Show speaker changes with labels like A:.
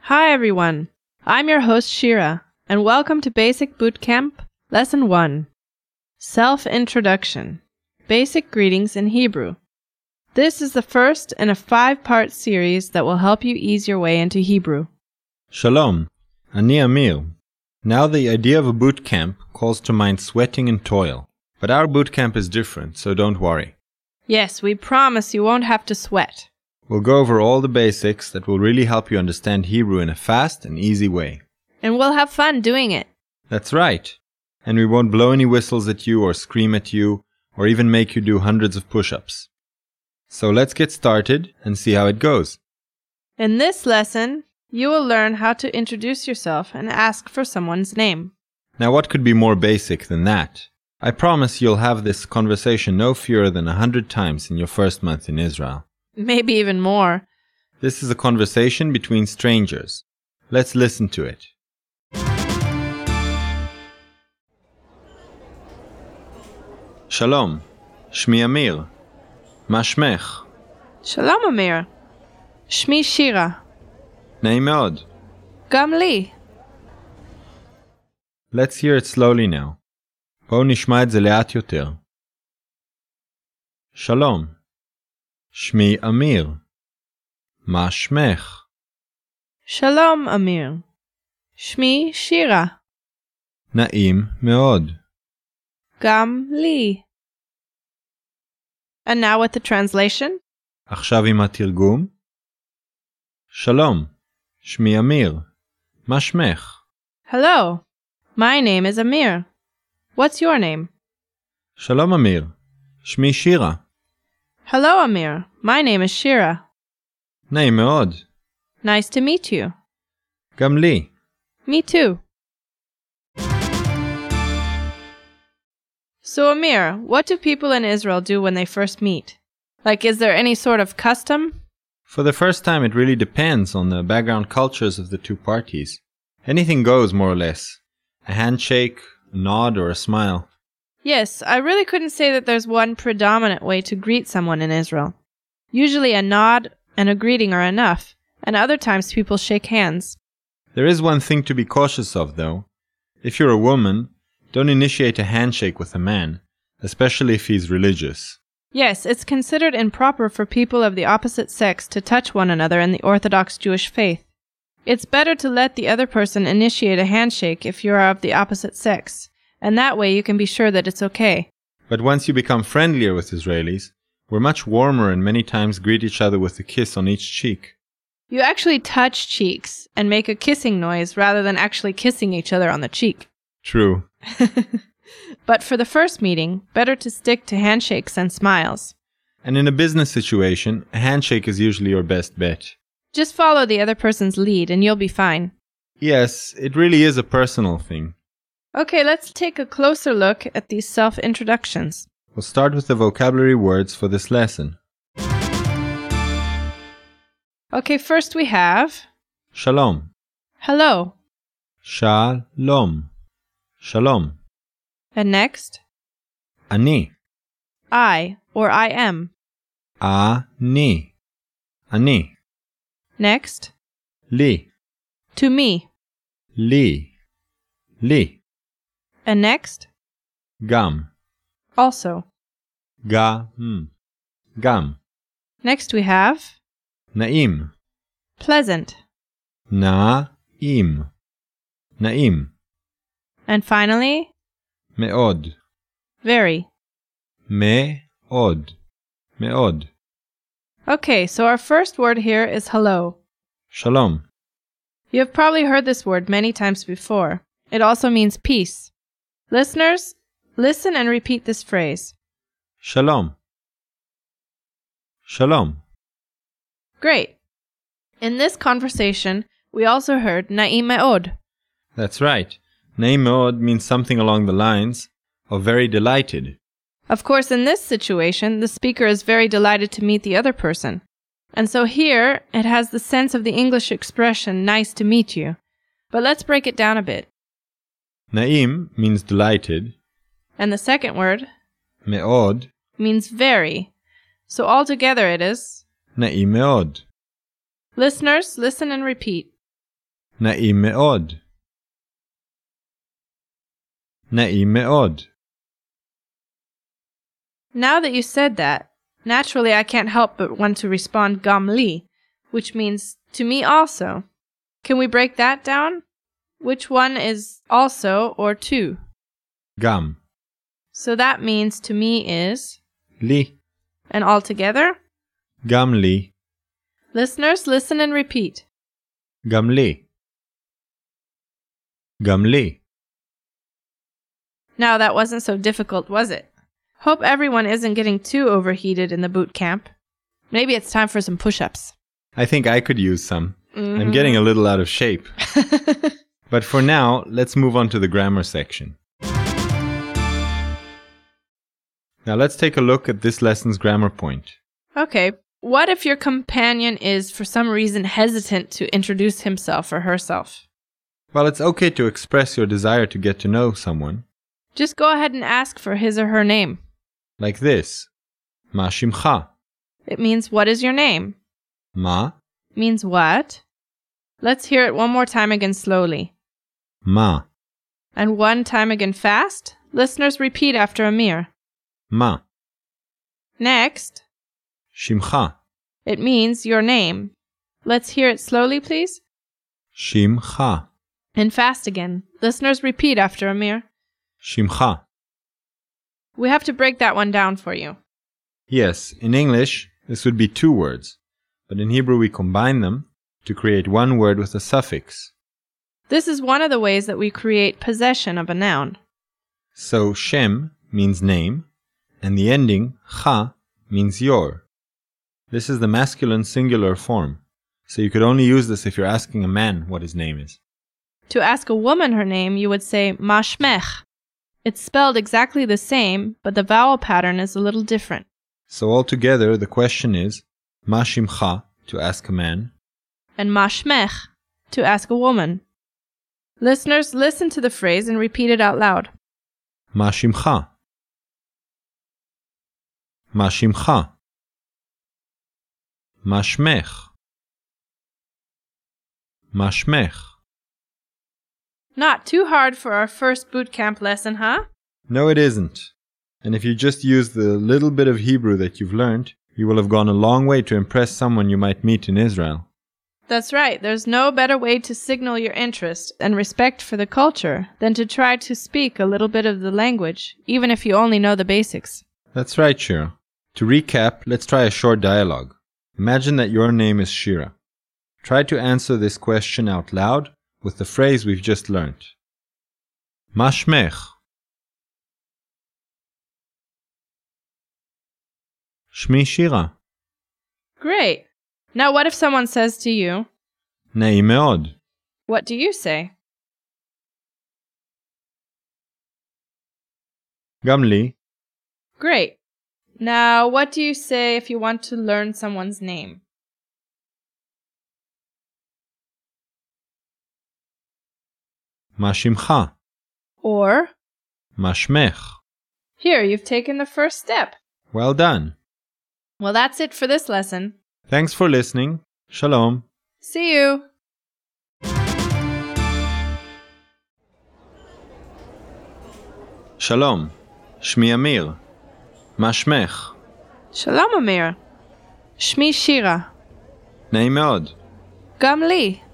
A: Hi everyone. I'm your host Shira and welcome to Basic Boot Camp Lesson 1. Self-introduction. Basic greetings in Hebrew. This is the first in a 5-part series that will help you ease your way into Hebrew.
B: Shalom, Ani Amir. Now the idea of a boot camp calls to mind sweating and toil, but our boot camp is different, so don't worry.
A: Yes, we promise you won't have to sweat.
B: We'll go over all the basics that will really help you understand Hebrew in a fast and easy way.
A: And we'll have fun doing it.
B: That's right. And we won't blow any whistles at you or scream at you or even make you do hundreds of push ups. So let's get started and see how it goes.
A: In this lesson, you will learn how to introduce yourself and ask for someone's name.
B: Now, what could be more basic than that? I promise you'll have this conversation no fewer than a hundred times in your first month in Israel.
A: Maybe even more.
B: This is a conversation between strangers. Let's listen to it. Shalom, Shmi Amir, מה שמך?
A: Shalom Amir. Shmi Shira.
B: נעים מאוד.
A: Gam Lee.
B: Let's hear it slowly now. בואו נשמע את זה לאט יותר. שלום, שמי אמיר. מה שמך?
A: Shalom Amir. Shmi Shira.
B: נעים מאוד.
A: Gam Lee. And now with the translation.
B: עכשיו עם התרגום. שלום, שמי אמיר. מה שמך?
A: Hello. My name is Amir. What's your name?
B: שלום אמיר, שמי שירה.
A: Hello Amir. My name is Shira.
B: נעים מאוד.
A: Nice to meet you.
B: גם לי.
A: Me too. So, Amir, what do people in Israel do when they first meet? Like, is there any sort of custom?
B: For the first time, it really depends on the background cultures of the two parties. Anything goes, more or less. A handshake, a nod, or a smile.
A: Yes, I really couldn't say that there's one predominant way to greet someone in Israel. Usually, a nod and a greeting are enough, and other times people shake hands.
B: There is one thing to be cautious of, though. If you're a woman, don't initiate a handshake with a man, especially if he's religious.
A: Yes, it's considered improper for people of the opposite sex to touch one another in the Orthodox Jewish faith. It's better to let the other person initiate a handshake if you are of the opposite sex, and that way you can be sure that it's okay.
B: But once you become friendlier with Israelis, we're much warmer and many times greet each other with a kiss on each cheek.
A: You actually touch cheeks and make a kissing noise rather than actually kissing each other on the cheek.
B: True.
A: But for the first meeting, better to stick to handshakes and smiles.
B: And in a business situation, a handshake is usually your best bet.
A: Just follow the other person's lead and you'll be fine.
B: Yes, it really is a personal thing.
A: Okay, let's take a closer look at these self introductions.
B: We'll start with the vocabulary words for this lesson.
A: Okay, first we have
B: Shalom.
A: hello,
B: Shalom. Shalom.
A: and next,
B: Ani.
A: I or I am.
B: Ani. Ani.
A: Next,
B: Li.
A: to me,
B: Li. Li.
A: and next,
B: Gam.
A: also.
B: Gam. Gam.
A: Next we have
B: Naim.
A: pleasant,
B: Naim. Naim.
A: and finally,
B: Meod.
A: very.
B: Meod. Meod.
A: Okay, so our first word here is hello.
B: Shalom.
A: You have probably heard this word many times before. It also means peace. Listeners, listen and repeat this phrase.
B: Shalom. Shalom.
A: Great. In this conversation, we also heard Na'im Me'od.
B: That's right. Naim meod means something along the lines of very delighted.
A: Of course, in this situation, the speaker is very delighted to meet the other person. And so here, it has the sense of the English expression, nice to meet you. But let's break it down a bit.
B: Naim means delighted.
A: And the second word
B: Meod,
A: means very. So altogether it is.
B: naim meod.
A: Listeners, listen and repeat.
B: Na'im me'od. Na'im me'od.
A: Now that you said that, naturally I can't help but want to respond gamli, which means to me also. Can we break that down? Which one is also or to?
B: Gam.
A: So that means to me is,
B: Li.
A: and altogether?
B: Gam li.
A: Listeners, listen and repeat.
B: Gam li. Gam li.
A: Now that wasn't so difficult, was it? Hope everyone isn't getting too overheated in the boot camp. Maybe it's time for some push ups.
B: I think I could use some.
A: Mm-hmm.
B: I'm getting a little out of shape. But for now, let's move on to the grammar section. Now let's take a look at this lesson's grammar point.
A: okay, what if your companion is for some reason hesitant to introduce himself or herself?
B: While it's okay to express your desire to get to know someone,
A: Just go ahead and ask for his or her name.
B: like this, ma shimcha,
A: It means, What is your name?
B: ma,
A: Means what? Let's hear it one more time again slowly.
B: ma,
A: And one time again fast. Listeners repeat after Amir.
B: ma,
A: Next,
B: shimcha,
A: it means your name. Let's hear it slowly, please.
B: shimcha,
A: And fast again. Listeners repeat after Amir.
B: shimcha.
A: We have to break that one down for you.
B: Yes, in English, this would be two words, but in Hebrew we combine them to create one word with a suffix.
A: This is one of the ways that we create possession of a noun.
B: So Shem means name, and the ending Cha means your. This is the masculine singular form, so you could only use this if you're asking a man what his name is.
A: To ask a woman her name, you would say mashmech. It's spelled exactly the same, but the vowel pattern is a little different.
B: So altogether, the question is Ma Shimcha to ask a man,
A: And mashmech, to ask a woman. Listeners, listen to the phrase and repeat it out loud.
B: Ma Shimcha. Ma Shimcha. Ma Shmech. Ma Shmech.
A: Not too hard for our first boot camp lesson, huh?
B: No, it isn't. And if you just use the little bit of Hebrew that you've learned, you will have gone a long way to impress someone you might meet in Israel.
A: That's right. There's no better way to signal your interest and respect for the culture than to try to speak a little bit of the language, even if you only know the basics.
B: That's right, Shira. To recap, let's try a short dialogue. Imagine that your name is Shira. Try to answer this question out loud with the phrase we've just learned. Mashmech. Shmi Shira.
A: Great. Now, what if someone says to you,
B: Na'im meod.
A: What do you say?
B: Gamli.
A: Great. Now, what do you say if you want to learn someone's name?
B: Mashimcha.
A: Or,
B: Mashmech.
A: Here, you've taken the first step.
B: Well done.
A: Well, that's it for this lesson.
B: Thanks for listening. Shalom.
A: See you.
B: Shalom. שמי אמיר. מה שמך?
A: Shalom, Amir. Shmi Shira.
B: נעים מאוד.
A: Gam Li.